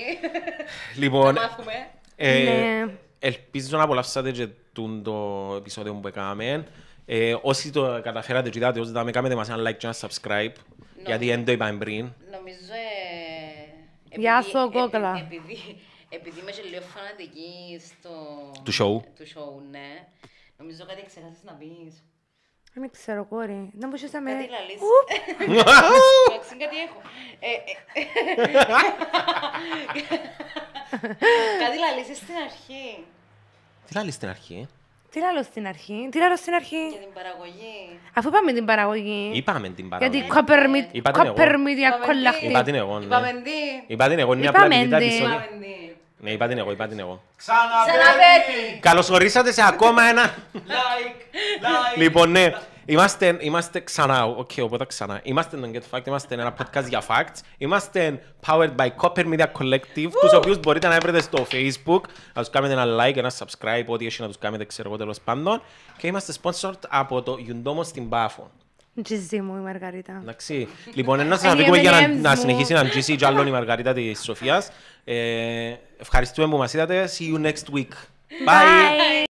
Speaker 1: Λοιπόν,
Speaker 3: Να μάθουμε.
Speaker 1: ε,
Speaker 2: Ναι.
Speaker 1: ελπίζω να απολαύσατε και τούν το επεισόδιο που έκαναμε. Ε, όσοι το καταφέρατε και είδατε, όσοι τα με κάνετε μας ένα like και ένα subscribe.
Speaker 2: Ναι.
Speaker 1: Γιατί δεν το είπαμε
Speaker 2: [LAUGHS]
Speaker 1: πριν.
Speaker 3: Νομίζω. ε,
Speaker 2: Γεια
Speaker 3: επειδή-
Speaker 2: σου,
Speaker 3: επει-
Speaker 2: κόκαλα.
Speaker 3: Επειδή, επειδή είμαι και λίγο φανατική στο.
Speaker 1: Του show.
Speaker 3: Του show, ναι. Νομίζω κάτι ξεχάσεις να πεις.
Speaker 2: Δεν ξέρω, κόρη. Δεν μπορούσες να με...
Speaker 3: Κάτι λαλείς. Ε, Εντάξει, κάτι έχω. Ε, ε,
Speaker 2: [LAUGHS]
Speaker 3: Κάτι λαλείς στην αρχή.
Speaker 1: Τι άλλη στην αρχή. ε?
Speaker 2: Τι λαλώ στην αρχή, τι λαλώ στην
Speaker 3: Για
Speaker 2: αρχή.
Speaker 3: την παραγωγή.
Speaker 2: Αφού είπαμε την παραγωγή.
Speaker 1: Είπαμε την
Speaker 2: Γιατί
Speaker 1: παραγωγή.
Speaker 2: copper meat-
Speaker 1: Είπα την εγώ.
Speaker 2: copper media
Speaker 3: Είπαμε τι.
Speaker 1: Είπα
Speaker 2: κολλαχτή.
Speaker 1: την εγώ, ναι.
Speaker 3: Είπαμε τι.
Speaker 1: Είπα την εγώ, είναι απλά
Speaker 2: Είπαμε
Speaker 1: τη
Speaker 2: την.
Speaker 1: επεισόδιο.
Speaker 3: Είπαμε τι.
Speaker 1: Ναι, είπα την εγώ, είπα την εγώ.
Speaker 3: Ξαναπέτη.
Speaker 4: Ξαναπέτη.
Speaker 1: Καλώς ορίσατε σε ακόμα ένα...
Speaker 4: Like, like.
Speaker 1: Λοιπόν, ναι, είμαστε, είμαστε ξανά, οκ, οπότε ξανά. Είμαστε το Get Fact, είμαστε ένα podcast για facts. Είμαστε powered by Copper Media Collective, τους οποίους μπορείτε να βρείτε στο Facebook, να τους κάνετε ένα like, ένα subscribe, ό,τι έχει να τους κάνετε, ξέρω εγώ τέλος πάντων. Και είμαστε sponsored από το Yundomo στην Πάφο.
Speaker 2: Τζιζί μου η Μαργαρίτα.
Speaker 1: Εντάξει. λοιπόν, ένα σας
Speaker 2: Ε, οι
Speaker 1: αφήκουμε για να,
Speaker 2: M&Ms
Speaker 1: να
Speaker 2: μου.
Speaker 1: συνεχίσει να αγγίσει και άλλον η Μαργαρίτα της Σοφίας. Ε, ευχαριστούμε που μας είδατε. See you next week. Bye.